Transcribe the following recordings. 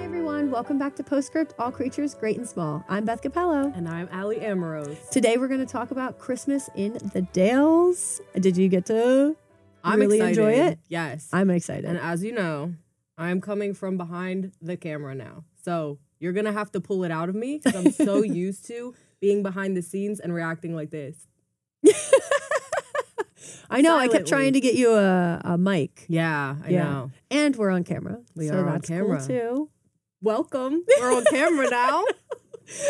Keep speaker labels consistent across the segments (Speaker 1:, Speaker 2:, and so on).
Speaker 1: Welcome back to Postscript All Creatures Great and Small. I'm Beth Capello.
Speaker 2: And I'm Allie Amorose.
Speaker 1: Today we're going to talk about Christmas in the Dales. Did you get to
Speaker 2: I'm
Speaker 1: really
Speaker 2: excited.
Speaker 1: enjoy it?
Speaker 2: Yes.
Speaker 1: I'm excited.
Speaker 2: and as you know, I'm coming from behind the camera now. So you're going to have to pull it out of me because I'm so used to being behind the scenes and reacting like this.
Speaker 1: I know I kept
Speaker 2: silently.
Speaker 1: trying to get you a, a mic.
Speaker 2: Yeah, I
Speaker 1: Yeah.
Speaker 2: know.
Speaker 1: And we're on camera.
Speaker 2: We
Speaker 1: so
Speaker 2: are on
Speaker 1: that's
Speaker 2: camera.
Speaker 1: cool too.
Speaker 2: Welcome. We're on camera now.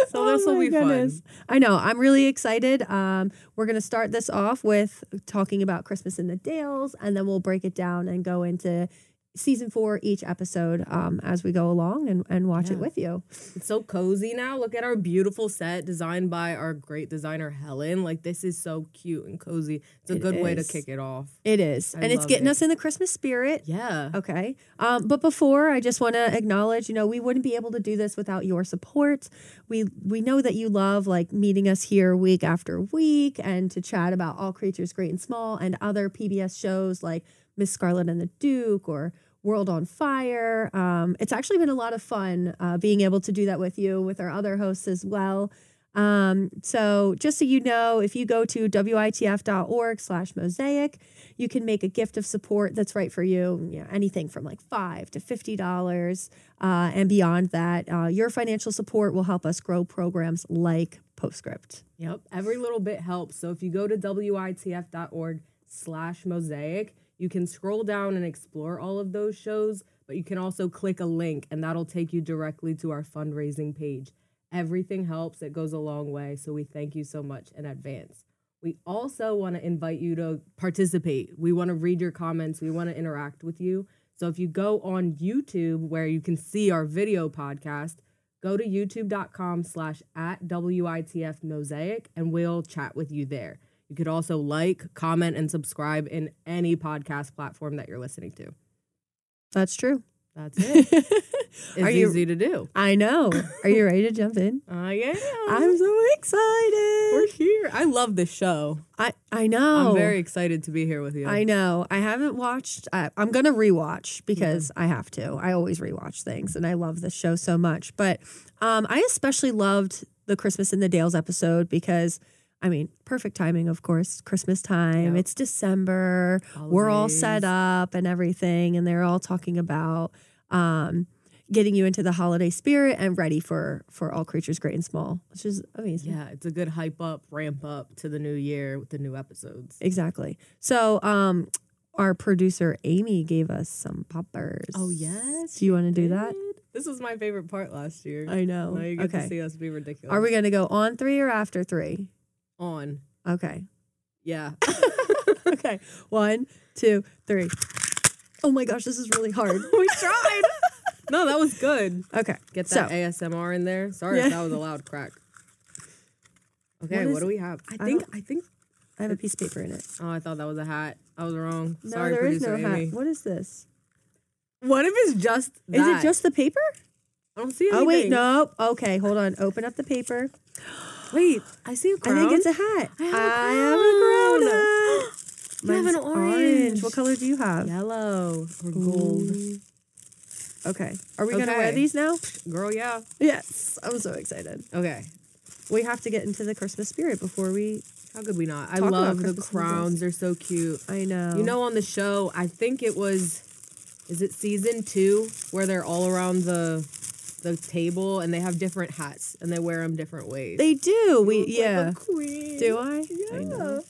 Speaker 2: So
Speaker 1: Oh
Speaker 2: this will
Speaker 1: my
Speaker 2: be
Speaker 1: goodness.
Speaker 2: fun.
Speaker 1: I know. I'm really excited. Um, we're going to start this off with talking about Christmas in the Dales, and then we'll break it down and go into season four each episode um, as we go along and, and watch it
Speaker 2: Yeah.
Speaker 1: with you.
Speaker 2: It's so cozy now. Look at our beautiful set designed by our great designer, Helen. Like, this is so cute and cozy. It's a
Speaker 1: It
Speaker 2: good way to
Speaker 1: is.
Speaker 2: kick it off.
Speaker 1: It is.
Speaker 2: I
Speaker 1: and it's
Speaker 2: love
Speaker 1: getting
Speaker 2: it.
Speaker 1: us in the Christmas spirit.
Speaker 2: Yeah.
Speaker 1: Okay. Um, but before, I just want to acknowledge, you know, we wouldn't be able to do this without your support. We we know that you love like meeting us here week after week and to chat about all creatures great and small and other PBS shows like Miss Scarlet and the Duke or World on Fire. Um, it's actually been a lot of fun uh, being able to do that with you, with our other hosts as well. Um, so just so you know, if you go to witf.org slash mosaic, you can make a gift of support that's right for you. you know, anything from like five to fifty dollars, uh, and beyond that, uh, your financial support will help us grow programs like Postscript.
Speaker 2: Yep. Every little bit helps. So if you go to witf.org slash mosaic, you can scroll down and explore all of those shows, but you can also click a link and that'll take you directly to our fundraising page. Everything helps. It goes a long way. So we thank you so much in advance. We also want to invite you to participate. We want to read your comments. We want to interact with you. So if you go on YouTube where you can see our video podcast, go to youtube.com slash at WITF mosaic and we'll chat with you there. You could also like, comment, and subscribe in any podcast platform that you're listening to.
Speaker 1: That's true.
Speaker 2: That's it. It's
Speaker 1: Are you-
Speaker 2: easy to do.
Speaker 1: I know. Are you ready to jump in?
Speaker 2: I am.
Speaker 1: I'm so excited.
Speaker 2: We're here. I love this show.
Speaker 1: I I know.
Speaker 2: I'm very excited to be here with you.
Speaker 1: Oh. I know. I haven't watched. I, I'm gonna rewatch because
Speaker 2: Mm-hmm.
Speaker 1: I have to. I always rewatch things, and I love this show so much. But um, I especially loved the Christmas in the Dales episode because, I mean, perfect timing, of course. Christmas time.
Speaker 2: Yep.
Speaker 1: It's December. We're all set
Speaker 2: Holidays.
Speaker 1: up and everything, and they're all talking about um, getting you into the holiday spirit and ready for for all creatures great and small, which is amazing.
Speaker 2: Yeah, it's a good hype up, ramp up to the new year with the new episodes.
Speaker 1: Exactly. So, um, our producer Amy gave us some poppers.
Speaker 2: Oh, yes,
Speaker 1: Do you want to do that?
Speaker 2: This was my favorite part last year.
Speaker 1: I know.
Speaker 2: Now you get to
Speaker 1: Okay.
Speaker 2: see us be ridiculous.
Speaker 1: Are we going to go on three or after three?
Speaker 2: on?
Speaker 1: Okay.
Speaker 2: Yeah.
Speaker 1: Okay. One, two, three. Oh my gosh, this is really hard.
Speaker 2: we tried. no, that was good.
Speaker 1: Okay.
Speaker 2: Get
Speaker 1: So,
Speaker 2: that ASMR in there. Sorry
Speaker 1: Yeah.
Speaker 2: if that was a loud crack. Okay,
Speaker 1: What
Speaker 2: what,
Speaker 1: is
Speaker 2: do we have? I
Speaker 1: I
Speaker 2: think
Speaker 1: don't-
Speaker 2: I, think
Speaker 1: I have a piece of paper in it.
Speaker 2: oh I thought that was a hat. I was wrong.
Speaker 1: No,
Speaker 2: Sorry,
Speaker 1: there is
Speaker 2: producer
Speaker 1: no
Speaker 2: Amy.
Speaker 1: hat. What is this?
Speaker 2: What if it's just
Speaker 1: Is
Speaker 2: that?
Speaker 1: it just the paper?
Speaker 2: I don't see anything.
Speaker 1: Oh wait, no. Okay, hold on. Open up the paper.
Speaker 2: Wait, I see a crown.
Speaker 1: I think it's a hat.
Speaker 2: I have a
Speaker 1: a
Speaker 2: crown.
Speaker 1: crown hat.
Speaker 2: You have
Speaker 1: Mine's
Speaker 2: an orange.
Speaker 1: What color do you have?
Speaker 2: yellow or gold.
Speaker 1: Ooh. Okay. Are we gonna wear
Speaker 2: Okay.
Speaker 1: these now?
Speaker 2: Girl, yeah.
Speaker 1: Yes. I'm so excited.
Speaker 2: Okay.
Speaker 1: We have to get into the Christmas spirit before we
Speaker 2: How could we not? I
Speaker 1: Talk about
Speaker 2: love the
Speaker 1: Christmas in the Dales.
Speaker 2: crowns. They're so cute.
Speaker 1: I know.
Speaker 2: You know, on the show, I think it was, is it season two where they're all around the the table and they have different hats and they wear them different ways.
Speaker 1: they do.
Speaker 2: You
Speaker 1: We
Speaker 2: look like a
Speaker 1: yeah.
Speaker 2: queen.
Speaker 1: Do I?
Speaker 2: Yeah.
Speaker 1: I know.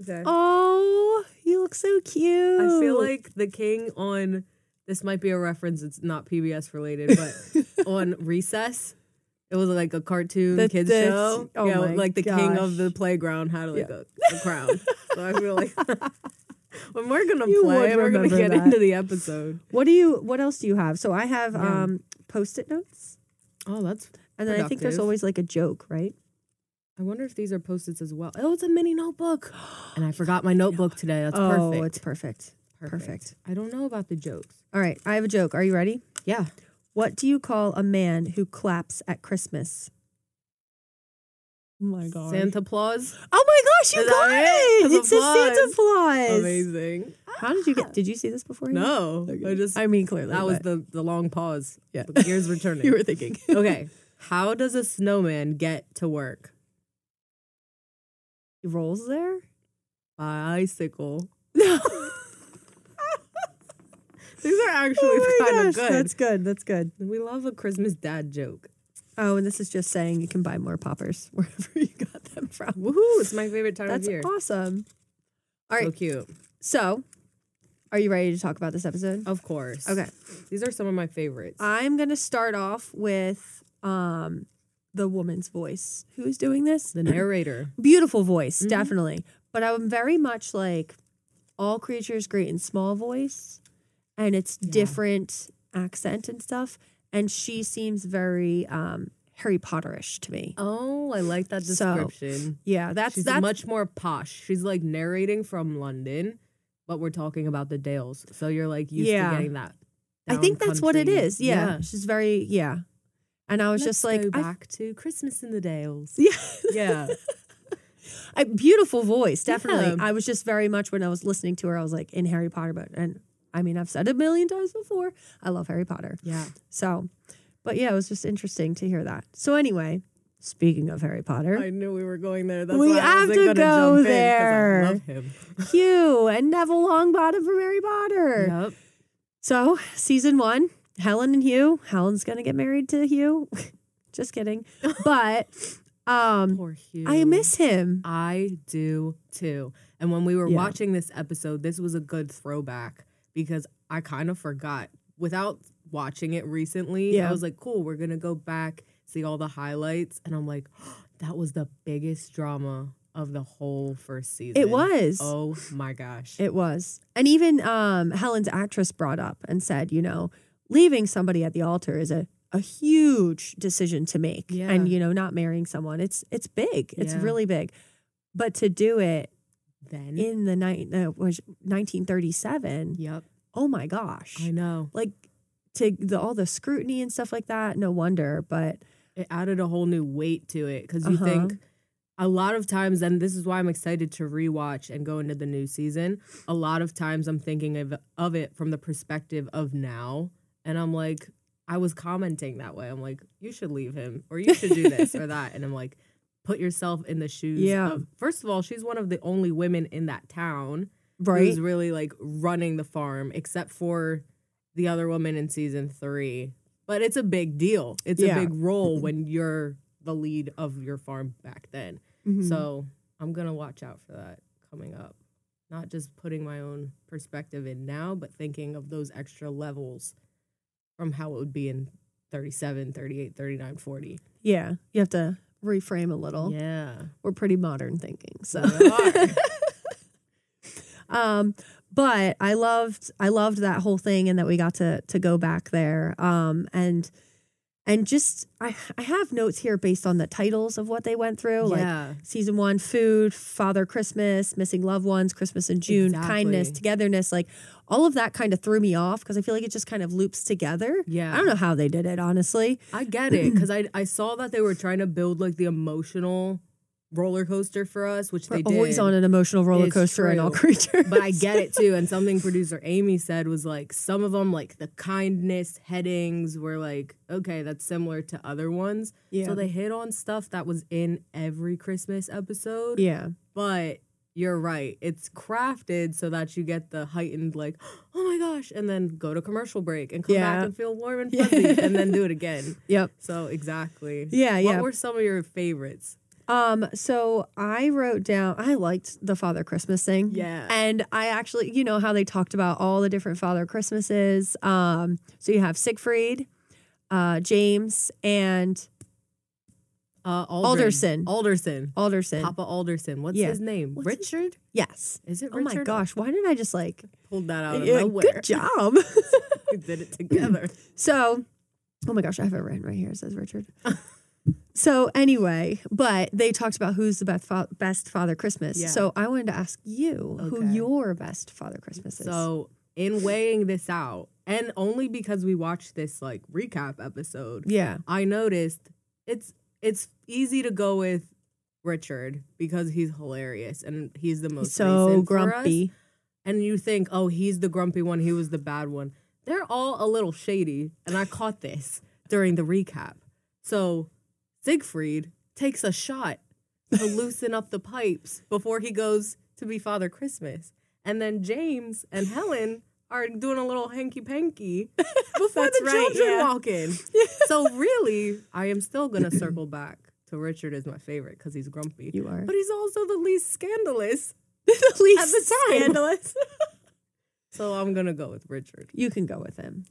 Speaker 2: Okay.
Speaker 1: Oh, you look so cute.
Speaker 2: I feel like the king on this might be a reference. It's not PBS related, but on Recess. It was like a cartoon
Speaker 1: The-
Speaker 2: kids
Speaker 1: the-
Speaker 2: show.
Speaker 1: oh
Speaker 2: yeah,
Speaker 1: my
Speaker 2: like the king of
Speaker 1: gosh.
Speaker 2: the playground had like a, a crown. so I feel like when we're gonna
Speaker 1: You
Speaker 2: play,
Speaker 1: would
Speaker 2: we're gonna
Speaker 1: remember
Speaker 2: get
Speaker 1: that.
Speaker 2: into the episode.
Speaker 1: What do you? What else do you have? So I have
Speaker 2: Yeah.
Speaker 1: um post-it notes,
Speaker 2: Oh, that's.
Speaker 1: and then I think there's
Speaker 2: Productive.
Speaker 1: always like a joke, right?
Speaker 2: I wonder if these are post-its as well. Oh, it's a mini notebook. And I forgot my notebook today. That's
Speaker 1: oh,
Speaker 2: perfect.
Speaker 1: it's perfect. perfect.
Speaker 2: I don't know about the jokes.
Speaker 1: All right, I have a joke. Are you ready?
Speaker 2: Yeah.
Speaker 1: What do you call a man who claps at Christmas? Oh my god.
Speaker 2: Santa Claus.
Speaker 1: Oh my gosh, you
Speaker 2: Is
Speaker 1: got
Speaker 2: that it?
Speaker 1: it! It's
Speaker 2: That's
Speaker 1: a
Speaker 2: applause.
Speaker 1: Santa Claus.
Speaker 2: Amazing.
Speaker 1: How did you get? Did you see this before?
Speaker 2: No, I just
Speaker 1: I mean, clearly
Speaker 2: that was
Speaker 1: but
Speaker 2: the the long pause.
Speaker 1: Yeah.
Speaker 2: but the gears were turning.
Speaker 1: you were thinking.
Speaker 2: okay, how does a snowman get to work?
Speaker 1: He rolls there.
Speaker 2: Bicycle.
Speaker 1: No,
Speaker 2: These are actually kind of good.
Speaker 1: Oh That's good. That's good.
Speaker 2: We love a Christmas dad joke.
Speaker 1: Oh, and this is just saying you can buy more poppers wherever you got them from.
Speaker 2: Woohoo! It's my favorite time
Speaker 1: That's
Speaker 2: of year.
Speaker 1: awesome. All
Speaker 2: So
Speaker 1: right.
Speaker 2: cute.
Speaker 1: So, are you ready to talk about this episode?
Speaker 2: Of course.
Speaker 1: Okay.
Speaker 2: These are some of my favorites.
Speaker 1: I'm going to start off with um, the woman's voice. Who is doing this?
Speaker 2: the narrator.
Speaker 1: Beautiful voice,
Speaker 2: Mm-hmm.
Speaker 1: definitely. But I'm very much like all creatures great and small voice, and it's different accent and stuff. And she seems very um, Harry Potterish to me.
Speaker 2: Oh, I like that
Speaker 1: So,
Speaker 2: description.
Speaker 1: Yeah, that's
Speaker 2: She's
Speaker 1: that's
Speaker 2: much more posh. She's like narrating from London, but we're talking about the Dales. So you're like used
Speaker 1: Yeah.
Speaker 2: to getting that.
Speaker 1: I think
Speaker 2: down
Speaker 1: that's what it
Speaker 2: country.
Speaker 1: is. Yeah. She's very, yeah. And I was just
Speaker 2: Let's
Speaker 1: like,
Speaker 2: go
Speaker 1: I-
Speaker 2: back to Christmas in the Dales.
Speaker 1: yeah,
Speaker 2: Yeah.
Speaker 1: a beautiful voice, definitely.
Speaker 2: Yeah.
Speaker 1: I was just very much when I was listening to her, I was like in Harry Potter, but and I mean, I've said it a million times before. I love Harry Potter.
Speaker 2: yeah.
Speaker 1: So, but yeah, it was just interesting to hear that. So, anyway, speaking of Harry Potter,
Speaker 2: I knew we were going there. That's
Speaker 1: We
Speaker 2: why I
Speaker 1: have
Speaker 2: wasn't
Speaker 1: to
Speaker 2: gonna
Speaker 1: go
Speaker 2: jump in 'cause
Speaker 1: there.
Speaker 2: I love him.
Speaker 1: Hugh and Neville Longbottom from Harry Potter.
Speaker 2: Yep.
Speaker 1: So, season one, Helen and Hugh. Helen's going to get married to Hugh. just kidding. But, um,
Speaker 2: Poor Hugh.
Speaker 1: I miss him.
Speaker 2: I do too. And when we were
Speaker 1: Yeah.
Speaker 2: watching this episode, this was a good throwback because I kind of forgot without watching it recently.
Speaker 1: Yeah.
Speaker 2: I was like, cool, we're going to go back, see all the highlights. And I'm like, that was the biggest drama of the whole first season.
Speaker 1: It was.
Speaker 2: Oh my gosh.
Speaker 1: It was. And even um, Helen's actress brought up and said, you know, leaving somebody at the altar is a, a huge decision to make.
Speaker 2: Yeah.
Speaker 1: And, you know, not marrying someone, it's it's big. It's
Speaker 2: Yeah.
Speaker 1: really big. But to do it
Speaker 2: then.
Speaker 1: in the night uh, was 1937.
Speaker 2: yep.
Speaker 1: Oh my gosh.
Speaker 2: I know.
Speaker 1: Like to the, all the scrutiny and stuff like that, no wonder. But
Speaker 2: it added a whole new weight to it because you
Speaker 1: Uh-huh.
Speaker 2: think a lot of times, and this is why I'm excited to rewatch and go into the new season. A lot of times, I'm thinking of of it from the perspective of now, and I'm like, I was commenting that way. I'm like, you should leave him, or you should do this or that, and I'm like, put yourself in the shoes.
Speaker 1: Yeah.
Speaker 2: Of, first of all, she's one of the only women in that town
Speaker 1: right.
Speaker 2: who's really like running the farm, except for the other woman in season three. But it's a big deal. It's
Speaker 1: Yeah. Mm-hmm.
Speaker 2: a big role when you're the lead of your farm back then.
Speaker 1: Mhm.
Speaker 2: So I'm gonna watch out for that coming up. Not just putting my own perspective in now, but thinking of those extra levels from how it would be in 37, 38, 39, 40.
Speaker 1: yeah, you have to reframe a little.
Speaker 2: Yeah.
Speaker 1: We're pretty modern thinking. So.
Speaker 2: We are.
Speaker 1: Um, but I loved I loved that whole thing and that we got to to go back there. Um, and and just I I have notes here based on the titles of what they went through. Like
Speaker 2: yeah.
Speaker 1: season one, food, Father Christmas, missing loved ones, Christmas in June, kindness,
Speaker 2: Exactly.
Speaker 1: togetherness, like all of that kind of threw me off because I feel like it just kind of loops together.
Speaker 2: Yeah.
Speaker 1: I don't know how they did it, honestly.
Speaker 2: I get it because I I saw that they were trying to build like the emotional roller coaster for us, which
Speaker 1: We're
Speaker 2: they did.
Speaker 1: always on an emotional roller
Speaker 2: It's
Speaker 1: coaster in all
Speaker 2: true.
Speaker 1: creatures.
Speaker 2: but I get it too. And something producer Amy said was like some of them, like the kindness headings, were like okay, that's similar to other ones.
Speaker 1: yeah.
Speaker 2: So they hit on stuff that was in every Christmas episode.
Speaker 1: yeah.
Speaker 2: But you're right, it's crafted so that you get the heightened like oh my gosh, and then go to commercial break and come
Speaker 1: Yeah.
Speaker 2: back and feel warm and
Speaker 1: Yeah.
Speaker 2: fuzzy, and then do it again.
Speaker 1: Yep.
Speaker 2: So exactly.
Speaker 1: Yeah, Uh, yeah.
Speaker 2: What were some of your favorites?
Speaker 1: Um, so I wrote down I liked the Father Christmas thing.
Speaker 2: Yeah.
Speaker 1: And I actually, you know how they talked about all the different Father Christmases. Um, so you have Siegfried, uh, James, and
Speaker 2: Uh, Aldrin.
Speaker 1: Alderson.
Speaker 2: Alderson.
Speaker 1: Alderson.
Speaker 2: Papa Alderson. What's
Speaker 1: Yeah.
Speaker 2: his name?
Speaker 1: What's his-
Speaker 2: Richard?
Speaker 1: Yes.
Speaker 2: Is it
Speaker 1: Oh my
Speaker 2: Richard?
Speaker 1: gosh, why did I just like
Speaker 2: Pulled that out of
Speaker 1: Yeah,
Speaker 2: nowhere.
Speaker 1: good job?
Speaker 2: we did it together.
Speaker 1: So, oh my gosh, I have it written right here. It says Richard. so anyway, but they talked about who's the best fa- best Father Christmas.
Speaker 2: Yeah.
Speaker 1: So I wanted to ask you who
Speaker 2: Okay.
Speaker 1: your best Father Christmas is.
Speaker 2: so, in weighing this out, and only because we watched this like recap episode,
Speaker 1: yeah,
Speaker 2: I noticed it's it's easy to go with Richard because he's hilarious and he's the most
Speaker 1: so
Speaker 2: recent for us.
Speaker 1: grumpy.
Speaker 2: and you think, oh, he's the grumpy one, he was the bad one. They're all a little shady, and I caught this during the recap. So Siegfried takes a shot to loosen up the pipes before he goes to be Father Christmas. And then James and Helen are doing a little hanky panky before
Speaker 3: That's
Speaker 2: the
Speaker 3: right,
Speaker 2: children
Speaker 3: yeah.
Speaker 2: walk in. so really, I am still gonna circle back to Richard as my favorite because he's grumpy.
Speaker 1: You are.
Speaker 2: But he's also the least scandalous.
Speaker 3: the least
Speaker 2: time.
Speaker 3: scandalous.
Speaker 2: So I'm gonna go with Richard.
Speaker 1: You can go with him.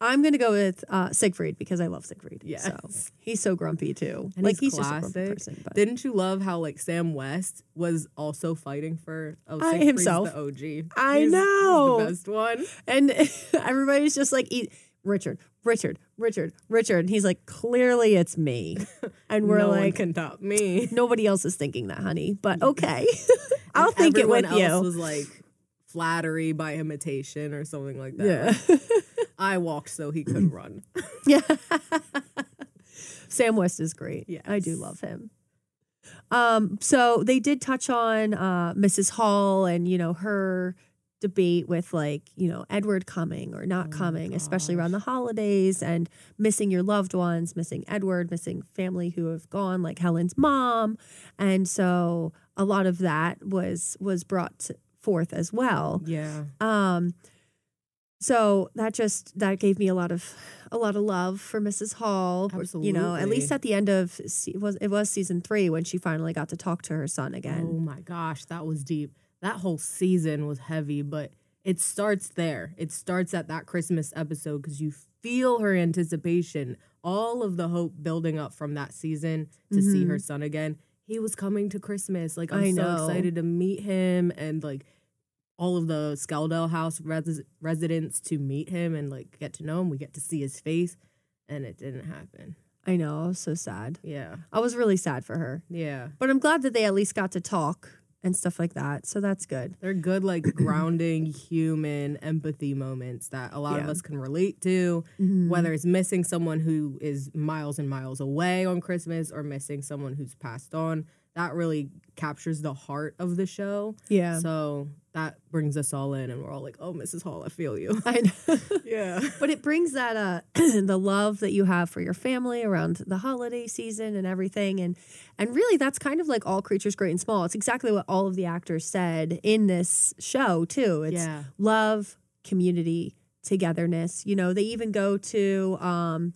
Speaker 1: I'm gonna go with uh, Siegfried because I love Siegfried.
Speaker 2: Yes.
Speaker 1: so. he's so grumpy too.
Speaker 2: And
Speaker 1: like he's,
Speaker 2: he's
Speaker 1: just a grumpy
Speaker 2: classic.
Speaker 1: person. But
Speaker 2: Didn't you love how like Sam West was also fighting for oh
Speaker 1: I
Speaker 2: Siegfried's
Speaker 1: himself.
Speaker 2: the OG?
Speaker 1: I
Speaker 2: He's- he's
Speaker 1: know.
Speaker 2: the best one.
Speaker 1: and everybody's just like, eat. Richard, Richard, Richard, Richard. And he's like, clearly it's me. And we're
Speaker 2: no one
Speaker 1: like,
Speaker 2: can top me.
Speaker 1: nobody else is thinking that, honey. But okay, I'll think it
Speaker 2: Everyone
Speaker 1: with
Speaker 2: else
Speaker 1: you.
Speaker 2: Was like flattery by imitation or something like that.
Speaker 1: Yeah.
Speaker 2: I walked so he could run.
Speaker 1: Yeah. Sam West is great. I do
Speaker 2: Yes.
Speaker 1: love him. Um, so they did touch on uh, Mrs. Hall and, you know, her debate with like, you know, Edward coming or not
Speaker 2: Oh my
Speaker 1: coming, especially around the holidays and missing your loved ones, missing Edward, missing family who have gone, like Helen's mom. And so a lot of that was was brought forth as well.
Speaker 2: Yeah.
Speaker 1: Um, so that just that gave me a lot of a lot of love for Mrs. Hall. You know, at
Speaker 2: Absolutely.
Speaker 1: least at the end of se- was it was season three when she finally got to talk to her son
Speaker 2: Oh
Speaker 1: again.
Speaker 2: my gosh, that was deep. That whole season was heavy, but it starts there. It starts at that Christmas episode because you feel her anticipation, all of the hope building up from that season to see her son again. He was coming to Christmas. Like, I'm
Speaker 1: Mm-hmm. I
Speaker 2: so
Speaker 1: know.
Speaker 2: excited to meet him and like all of the Skeldale House res- residents to meet him and like get to know him. We get to see his face, and it didn't happen.
Speaker 1: I know, I was so sad.
Speaker 2: Yeah.
Speaker 1: I was really sad for her,
Speaker 2: Yeah.
Speaker 1: but I'm glad that they at least got to talk and stuff like that. So that's good.
Speaker 2: They're good, like grounding human empathy moments that a lot of
Speaker 1: Yeah.
Speaker 2: us can relate to, whether it's missing someone who is miles and miles away on Christmas or missing someone who's passed on. That really captures the heart of the show.
Speaker 1: Yeah.
Speaker 2: So that brings us all in, and we're all like, oh, Mrs. Hall, I feel you.
Speaker 1: I know.
Speaker 2: Yeah.
Speaker 1: but it brings that uh the love that you have for your family around the holiday season and everything and and really that's kind of like all creatures great and small it's exactly what all of the actors said in this show too it's
Speaker 2: Yeah.
Speaker 1: love community togetherness you know they even go to um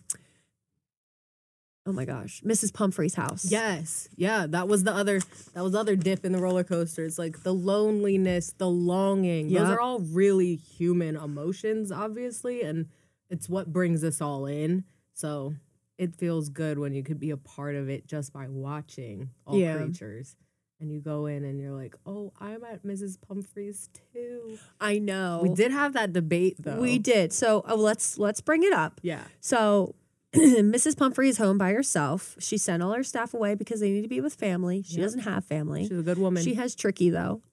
Speaker 1: oh my gosh mrs pumphrey's house
Speaker 2: Yes. Yeah. That was the other that was the other dip in the roller coaster. It's like the loneliness, the longing. Those
Speaker 1: Yep.
Speaker 2: are all really human emotions, obviously, and it's what brings us all in. So it feels good when you could be a part of it just by watching all
Speaker 1: Yeah.
Speaker 2: creatures. And you go in and you're like, oh, I'm at Mrs. Pumphrey's too.
Speaker 1: i know
Speaker 2: We did have that debate though.
Speaker 1: we did so oh, let's let's bring it up
Speaker 2: Yeah.
Speaker 1: So Mrs. Pumphrey is home by herself. She sent all her staff away because they need to be with family. She
Speaker 2: Yep.
Speaker 1: doesn't have family.
Speaker 2: She's a good woman.
Speaker 1: She has Tricky though.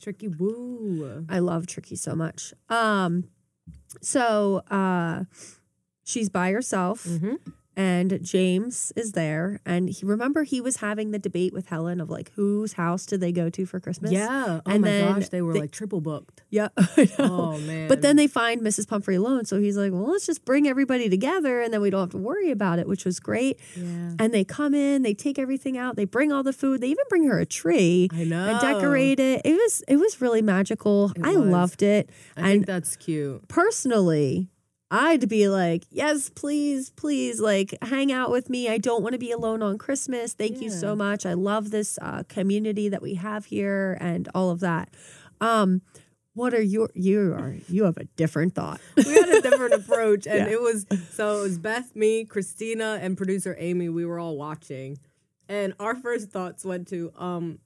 Speaker 2: Tricky woo.
Speaker 1: I love Tricky so much. Um so uh she's by herself
Speaker 2: Mm-hmm.
Speaker 1: and James is there and he remember he was having the debate with Helen of like whose house did they go to for Christmas?
Speaker 2: Yeah. Oh
Speaker 1: And
Speaker 2: my
Speaker 1: then
Speaker 2: gosh, they were
Speaker 1: the-
Speaker 2: like triple booked.
Speaker 1: Yeah. I know.
Speaker 2: Oh man.
Speaker 1: But then they find Mrs. Pumphrey alone. So he's like, well, let's just bring everybody together and then we don't have to worry about it, which was great.
Speaker 2: Yeah.
Speaker 1: And they come in, they take everything out, they bring all the food, they even bring her a tree
Speaker 2: I know.
Speaker 1: and decorate it. It was it was really magical.
Speaker 2: Oh. It
Speaker 1: I
Speaker 2: was.
Speaker 1: loved it.
Speaker 2: I think that's cute.
Speaker 1: Personally, I'd be like, yes, please, please, like hang out with me. I don't want to be alone on Christmas. Thank you so
Speaker 2: Yeah.
Speaker 1: much. I love this uh, community that we have here and all of that. Um, what are your you are you have a different thought?
Speaker 2: We had a different approach, and
Speaker 1: Yeah.
Speaker 2: it was so it was Beth, me, Christina, and producer Amy. We were all watching, and our first thoughts went to, um,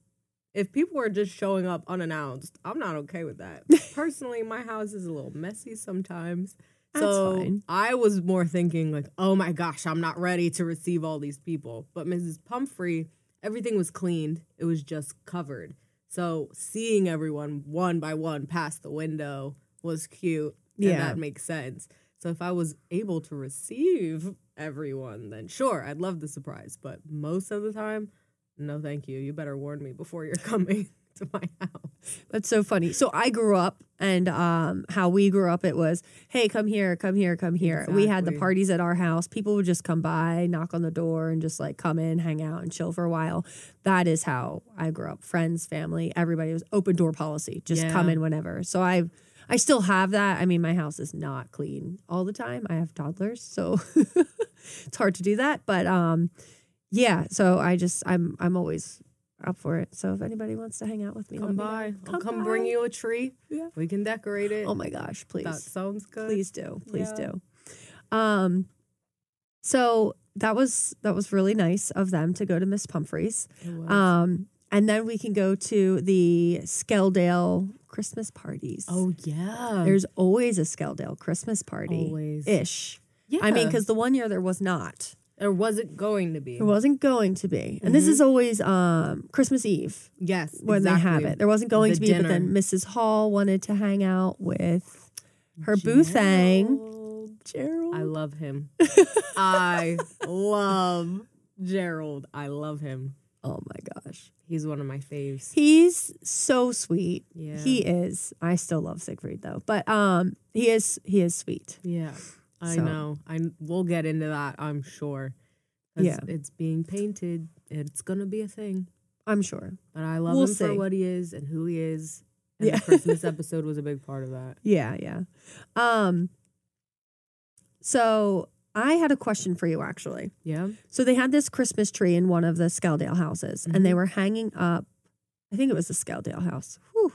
Speaker 2: if people are just showing up unannounced, I'm not okay with that. Personally, my house is a little messy sometimes.
Speaker 1: That's
Speaker 2: so
Speaker 1: fine.
Speaker 2: I was more thinking like, oh my gosh, I'm not ready to receive all these people. But Mrs. Pumphrey, everything was cleaned. It was just covered. So seeing everyone one by one past the window was cute. And
Speaker 1: Yeah.
Speaker 2: that makes sense. So if I was able to receive everyone, then sure, I'd love the surprise. But most of the time, no thank you. You better warn me before you're coming. to my house.
Speaker 1: That's so funny. So I grew up, and um, how we grew up, it was, hey, come here, come here, come here. We had the
Speaker 2: Exactly.
Speaker 1: parties at our house. People would just come by, knock on the door, and just like come in, hang out, and chill for a while. That is how I grew up. Friends, family, everybody It was open door policy. Just come
Speaker 2: Yeah.
Speaker 1: in whenever. So I. I still have that. I mean, my house is not clean all the time. I have toddlers, so it's hard to do that. But um, yeah. So I just I'm I'm always up for it. So if anybody wants to hang out with me, let
Speaker 2: Come
Speaker 1: me know.
Speaker 2: by. I'll come
Speaker 1: by.
Speaker 2: bring you a tree.
Speaker 1: Yeah.
Speaker 2: We can decorate it.
Speaker 1: Oh my gosh, please.
Speaker 2: that sounds good.
Speaker 1: please do. Please
Speaker 2: Yeah.
Speaker 1: do. Um so that was that was really nice of them to go to Miss Pumphrey's.
Speaker 2: It was.
Speaker 1: Um and then we can go to the Skeldale Christmas parties.
Speaker 2: oh yeah.
Speaker 1: there's always a Skeldale Christmas party
Speaker 2: always.
Speaker 1: ish.
Speaker 2: Yeah.
Speaker 1: I mean, because the one year there was not.
Speaker 2: or was it going to be?
Speaker 1: There wasn't going to be. And
Speaker 2: Mm-hmm.
Speaker 1: this is always um Christmas Eve
Speaker 2: Yes.
Speaker 1: when
Speaker 2: exactly.
Speaker 1: they have it. There wasn't going
Speaker 2: The
Speaker 1: to be, but then
Speaker 2: dinner.
Speaker 1: Mrs. Hall wanted to hang out with her boo thang.
Speaker 2: Gerald.
Speaker 1: Gerald.
Speaker 2: I love him. I love Gerald. I love him.
Speaker 1: oh my gosh.
Speaker 2: He's one of my faves.
Speaker 1: He's so sweet.
Speaker 2: Yeah.
Speaker 1: He is. I still love Siegfried though. But um he is he is sweet.
Speaker 2: Yeah. I
Speaker 1: So-
Speaker 2: know. I we'll get into that, I'm sure. 'Cause
Speaker 1: Yeah.
Speaker 2: It's being painted. It's gonna be a thing.
Speaker 1: I'm sure.
Speaker 2: But I love
Speaker 1: We'll
Speaker 2: him for
Speaker 1: see.
Speaker 2: what he is and who he is. And
Speaker 1: Yeah.
Speaker 2: the Christmas episode was a big part of that.
Speaker 1: Yeah, yeah. Um so I had a question for you actually.
Speaker 2: Yeah.
Speaker 1: So they had this Christmas tree in one of the Skeldale houses and they were hanging up I think it was the Skeldale house. Whew.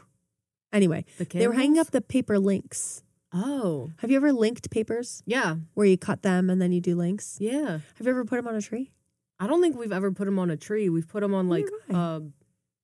Speaker 1: Anyway,
Speaker 2: The
Speaker 1: they were hanging
Speaker 2: candles?
Speaker 1: up the paper links.
Speaker 2: Oh.
Speaker 1: Have you ever linked papers
Speaker 2: Yeah.
Speaker 1: where you cut them and then you do links?
Speaker 2: Yeah.
Speaker 1: Have you ever put them on a tree?
Speaker 2: I don't think we've ever put him on a tree. We've put him on like
Speaker 1: Neither
Speaker 2: a
Speaker 1: have I.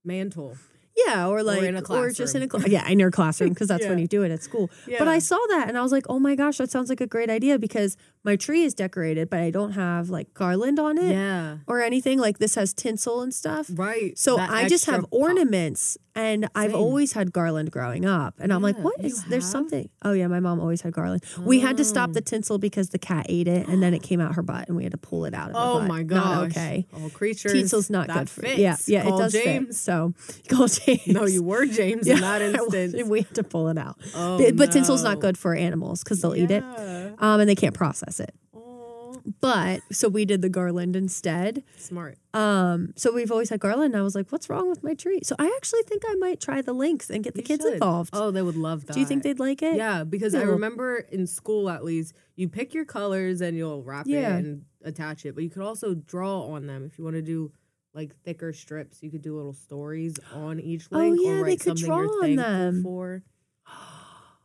Speaker 2: mantle.
Speaker 1: Yeah, or like, or,
Speaker 2: in a
Speaker 1: just in a
Speaker 2: classroom.
Speaker 1: cl- yeah, in your classroom because that's when
Speaker 2: Yeah.
Speaker 1: you do it at school.
Speaker 2: Yeah.
Speaker 1: But I saw that and I was like, oh my gosh, that sounds like a great idea because my tree is decorated, but I don't have like garland on it
Speaker 2: Yeah.
Speaker 1: or anything. Like this has tinsel and stuff.
Speaker 2: Right.
Speaker 1: So
Speaker 2: that
Speaker 1: I just
Speaker 2: extra
Speaker 1: have
Speaker 2: pop.
Speaker 1: ornaments, and I've
Speaker 2: Same.
Speaker 1: always had garland growing up. And I'm like,
Speaker 2: Yeah,
Speaker 1: what
Speaker 2: you
Speaker 1: is there's
Speaker 2: have?
Speaker 1: something? Oh yeah, my mom always had garland. We had to stop
Speaker 2: Oh.
Speaker 1: the tinsel because the cat ate it, and then it came out her butt, and we had to pull it out. Of her
Speaker 2: Oh
Speaker 1: butt.
Speaker 2: my
Speaker 1: Not
Speaker 2: gosh.
Speaker 1: okay.
Speaker 2: All creatures.
Speaker 1: Tinsel's not
Speaker 2: that
Speaker 1: good for
Speaker 2: fits.
Speaker 1: yeah yeah
Speaker 2: Call
Speaker 1: it does fit.
Speaker 2: James.
Speaker 1: So call James.
Speaker 2: No, you were James in that instance.
Speaker 1: we had to pull it out.
Speaker 2: Oh,
Speaker 1: but but tinsel's not
Speaker 2: no.
Speaker 1: good for animals because they'll eat it,
Speaker 2: Yeah.
Speaker 1: um, and they can't process it.
Speaker 2: Aw,
Speaker 1: But so we did the garland instead.
Speaker 2: Smart.
Speaker 1: Um, so we've always had garland. And I was like, what's wrong with my tree? So I actually think I might try the links and get the
Speaker 2: You
Speaker 1: kids
Speaker 2: should.
Speaker 1: involved.
Speaker 2: Oh, they would love that.
Speaker 1: Do you think they'd like it?
Speaker 2: Yeah, because I
Speaker 1: Yeah.
Speaker 2: remember in school at least, you pick your colors and you'll wrap
Speaker 1: Yeah.
Speaker 2: it and attach it. But you could also draw on them if you want to do like thicker strips. You could do little stories on each
Speaker 1: Oh,
Speaker 2: link
Speaker 1: yeah,
Speaker 2: or
Speaker 1: they
Speaker 2: write
Speaker 1: could
Speaker 2: something
Speaker 1: draw
Speaker 2: you're
Speaker 1: on
Speaker 2: thankful
Speaker 1: them.
Speaker 2: for.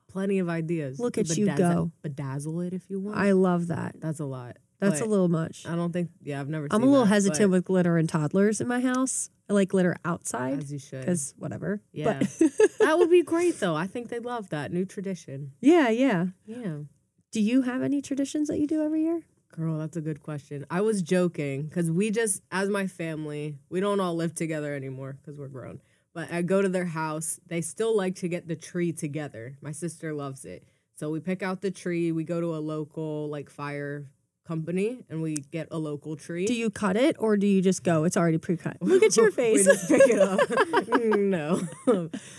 Speaker 2: Plenty of ideas.
Speaker 1: Look
Speaker 2: could
Speaker 1: at you
Speaker 2: bedazzle-
Speaker 1: go.
Speaker 2: Bedazzle it if you want.
Speaker 1: I love that.
Speaker 2: That's a lot.
Speaker 1: That's
Speaker 2: but
Speaker 1: a little much.
Speaker 2: I don't think. Yeah, I've never.
Speaker 1: I'm a
Speaker 2: seen
Speaker 1: little
Speaker 2: that,
Speaker 1: hesitant
Speaker 2: but
Speaker 1: with glitter and toddlers in my house. I like glitter outside
Speaker 2: As you should.
Speaker 1: because whatever.
Speaker 2: Yeah.
Speaker 1: But
Speaker 2: that would be great though. I think they'd love that new tradition.
Speaker 1: yeah, yeah.
Speaker 2: Yeah.
Speaker 1: Do you have any traditions that you do every year?
Speaker 2: Girl, that's a good question. I was joking because we just, as my family, we don't all live together anymore because we're grown. But I go to their house. They still like to get the tree together. My sister loves it. So we pick out the tree. We go to a local, like, fire company and we get a local tree.
Speaker 1: Do you cut it or do you just go? It's already pre cut. Look at your
Speaker 2: We
Speaker 1: face.
Speaker 2: just pick it up. no.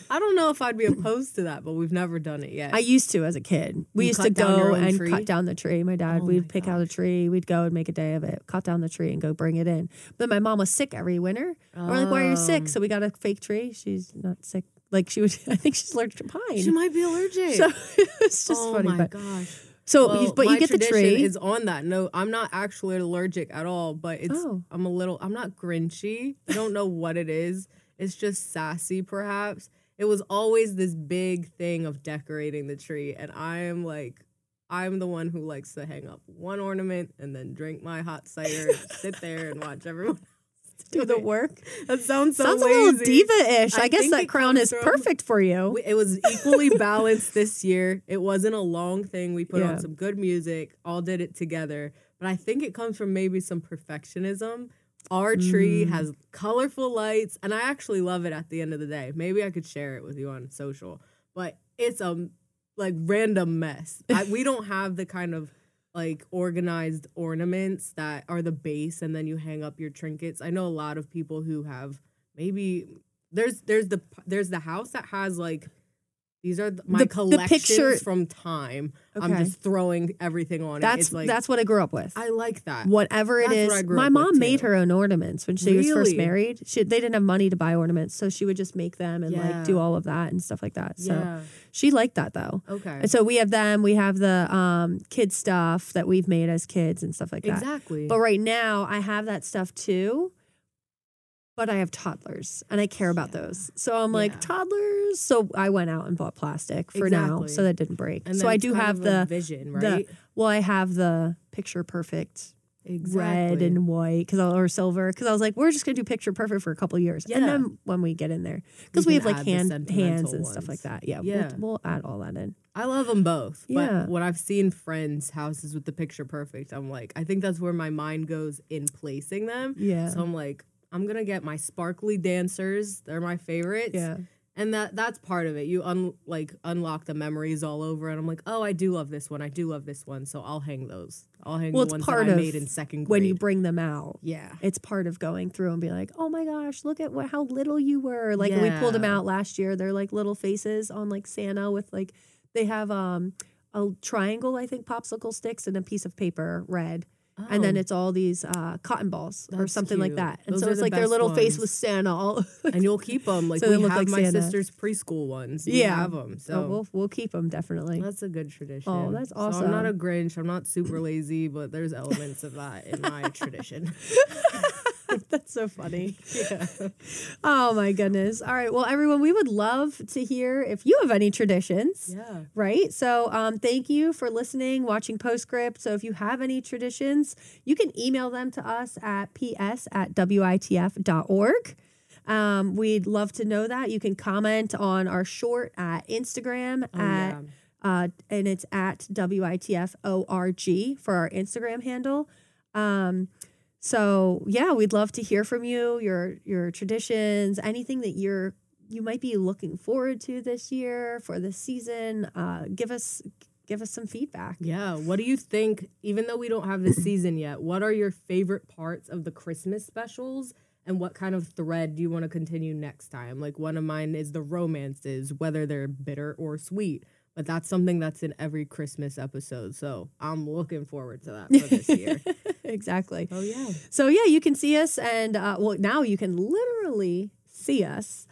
Speaker 2: I don't know if I'd be opposed to that, but we've never done it yet.
Speaker 1: I used to as a kid. We
Speaker 2: You
Speaker 1: used to
Speaker 2: cut down your
Speaker 1: go
Speaker 2: own
Speaker 1: and
Speaker 2: tree?
Speaker 1: cut down the tree. My dad,
Speaker 2: Oh
Speaker 1: we'd
Speaker 2: my
Speaker 1: pick out a tree, we'd go and make a day of it, cut down the tree and go bring it in. But my mom was sick every winter. And We're like, why are you
Speaker 2: Oh.
Speaker 1: sick? So we got a fake tree. She's not sick. Like she was, I think she's allergic to pine.
Speaker 2: she might be allergic.
Speaker 1: so it's just
Speaker 2: Um, oh
Speaker 1: funny.
Speaker 2: my
Speaker 1: But
Speaker 2: gosh.
Speaker 1: so,
Speaker 2: Well,
Speaker 1: you, but
Speaker 2: my
Speaker 1: you get the
Speaker 2: tradition
Speaker 1: tree.
Speaker 2: Is on that note, I'm not actually allergic at all, but it's
Speaker 1: Oh.
Speaker 2: I'm a little I'm not grinchy. I don't know what it is. It's just sassy, perhaps. It was always this big thing of decorating the tree, and I am like, I'm the one who likes to hang up one ornament and then drink my hot cider, and sit there and watch everyone else
Speaker 1: do the
Speaker 2: it.
Speaker 1: work.
Speaker 2: That sounds so
Speaker 1: Sounds a
Speaker 2: lazy.
Speaker 1: little diva-ish. I,
Speaker 2: I
Speaker 1: guess
Speaker 2: think
Speaker 1: that
Speaker 2: it
Speaker 1: crown is
Speaker 2: comes from-
Speaker 1: perfect for you.
Speaker 2: We- It was equally balanced this year. It wasn't a long thing. We put
Speaker 1: Yeah.
Speaker 2: on some good music, all did it together. But I think it comes from maybe some perfectionism. Our tree has colorful lights, and I actually love it at the end of the day. Maybe I could share it with you on social, but it's a like random mess. I, we don't have the kind of like organized ornaments that are the base and then you hang up your trinkets. I know a lot of people who have maybe There's there's the there's the house that has like these are th-
Speaker 1: The- the
Speaker 2: my collections
Speaker 1: picture-
Speaker 2: from time. I'm
Speaker 1: Okay.
Speaker 2: just throwing everything on it.
Speaker 1: That's
Speaker 2: It's like
Speaker 1: that's what I grew up with.
Speaker 2: I like that.
Speaker 1: Whatever it
Speaker 2: That's
Speaker 1: is,
Speaker 2: what I grew
Speaker 1: my
Speaker 2: up with,
Speaker 1: mom made
Speaker 2: too.
Speaker 1: her own ornaments when she was first
Speaker 2: Really?
Speaker 1: married. She, they didn't have money to buy ornaments, so she would just make them and like
Speaker 2: Yeah.
Speaker 1: do all of that and stuff like that. So
Speaker 2: yeah.
Speaker 1: she liked that though.
Speaker 2: Okay.
Speaker 1: And so we have them. We have the um, kid stuff that we've made as kids and stuff like that.
Speaker 2: Exactly.
Speaker 1: But right now, I have that stuff too. But I have toddlers and I care about
Speaker 2: Yeah.
Speaker 1: those. So I'm like,
Speaker 2: Yeah.
Speaker 1: toddlers. So I went out and bought plastic for now
Speaker 2: Exactly.
Speaker 1: so that didn't break.
Speaker 2: And
Speaker 1: so
Speaker 2: then
Speaker 1: I
Speaker 2: it's
Speaker 1: do
Speaker 2: kind
Speaker 1: have
Speaker 2: of a
Speaker 1: the,
Speaker 2: vision, right?
Speaker 1: well, I have the picture perfect red
Speaker 2: exactly.
Speaker 1: and white cause I'll, or silver because I was like, we're just going to do picture perfect for a couple years. And
Speaker 2: Yeah.
Speaker 1: then when we get in there, because
Speaker 2: You
Speaker 1: we
Speaker 2: can
Speaker 1: have like
Speaker 2: add the
Speaker 1: hand, hands
Speaker 2: sentimental
Speaker 1: and stuff like
Speaker 2: ones.
Speaker 1: that. Yeah.
Speaker 2: Yeah.
Speaker 1: We'll, we'll add all that in.
Speaker 2: I love them both.
Speaker 1: Yeah.
Speaker 2: But when I've seen friends' houses with the picture perfect, I'm like, I think that's where my mind goes in placing them.
Speaker 1: Yeah.
Speaker 2: So I'm like, I'm gonna get my sparkly dancers. They're my favorites.
Speaker 1: yeah.
Speaker 2: And that that's part of it. You un like unlock the memories all over, and I'm like, oh, I do love this one. I do love this one. So I'll hang those. I'll hang
Speaker 1: Well,
Speaker 2: the
Speaker 1: it's
Speaker 2: ones
Speaker 1: part
Speaker 2: that I
Speaker 1: of
Speaker 2: made in second grade.
Speaker 1: When you bring them out.
Speaker 2: yeah.
Speaker 1: it's part of going through and being like, oh my gosh, look at what how little you were. Like we pulled them
Speaker 2: Yeah.
Speaker 1: out last year. They're like little faces on like Santa with like they have um a triangle, I think, popsicle sticks and a piece of paper red. And then
Speaker 2: Oh.
Speaker 1: it's all these uh, cotton balls or
Speaker 2: That's
Speaker 1: something like
Speaker 2: cute.
Speaker 1: that. And
Speaker 2: Those
Speaker 1: so
Speaker 2: are
Speaker 1: it's
Speaker 2: the
Speaker 1: like their
Speaker 2: best
Speaker 1: little face
Speaker 2: ones.
Speaker 1: with Santa all
Speaker 2: and you'll keep them. Like
Speaker 1: So they
Speaker 2: we
Speaker 1: look
Speaker 2: have
Speaker 1: like
Speaker 2: my
Speaker 1: Santa.
Speaker 2: sister's preschool ones.
Speaker 1: Yeah.
Speaker 2: Yeah, have them. So
Speaker 1: so we'll we'll keep them definitely.
Speaker 2: That's a good tradition.
Speaker 1: Oh, that's
Speaker 2: So I'm not a
Speaker 1: awesome.
Speaker 2: Grinch. I'm not super lazy, but there's elements of that in my tradition.
Speaker 1: That's so funny.
Speaker 2: Yeah.
Speaker 1: Oh my goodness. All right. Well, everyone, we would love to hear if you have any traditions.
Speaker 2: Yeah.
Speaker 1: right? So, um, thank you for listening, watching Postscript. So, if you have any traditions, you can email them to us at ps at witf.org. Um, we'd love to know that. You can comment on our short at Instagram
Speaker 2: Oh,
Speaker 1: at
Speaker 2: yeah.
Speaker 1: uh, and it's at WITFORG for our Instagram handle. Um, so yeah, we'd love to hear from you, your your traditions, anything that you're you might be looking forward to this year for this season. Uh, give us give us some feedback.
Speaker 2: Yeah. What do you think, even though we don't have the season yet, what are your favorite parts of the Christmas specials? And what kind of thread do you want to continue next time? Like one of mine is the romances, whether they're bitter or sweet. But that's something that's in every Christmas episode. So I'm looking forward to that for this year.
Speaker 1: exactly.
Speaker 2: oh yeah.
Speaker 1: So yeah, you can see us, and uh, well, now you can literally see us.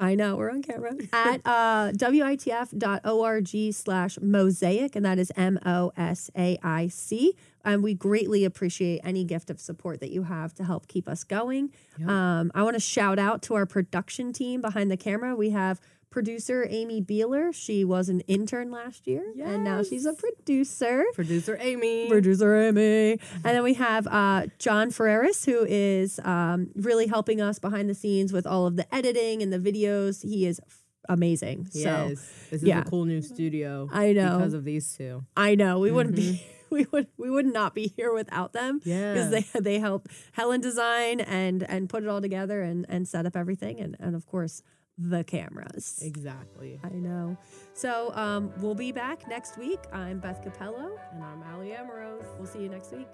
Speaker 1: I know we're on camera at uh, witf.org slash mosaic, and that is M O S A I C. And we greatly appreciate any gift of support that you have to help keep us going.
Speaker 2: Yep.
Speaker 1: Um, I want to shout out to our production team behind the camera. We have producer Amy Beeler. She was an intern last year, and now she's a
Speaker 2: Yes.
Speaker 1: producer
Speaker 2: Producer
Speaker 1: Mm-hmm.
Speaker 2: Amy.
Speaker 1: producer Amy. And then we have uh, John Ferreris, who is um, really helping us behind the scenes with all of the editing and the videos. He is f- amazing. So
Speaker 2: Yes, this is
Speaker 1: yeah.
Speaker 2: a cool new studio.
Speaker 1: I know.
Speaker 2: because of these two.
Speaker 1: I know we wouldn't be we would we would not be here without them.
Speaker 2: Mm-hmm. Yeah.
Speaker 1: Because they, they help Helen design and and put it all together and, and set up everything and, and of course the cameras.
Speaker 2: Exactly.
Speaker 1: I know. So um, we'll be back next week. I'm Beth Capello.
Speaker 2: And I'm Allie Amorose.
Speaker 1: We'll see you next week.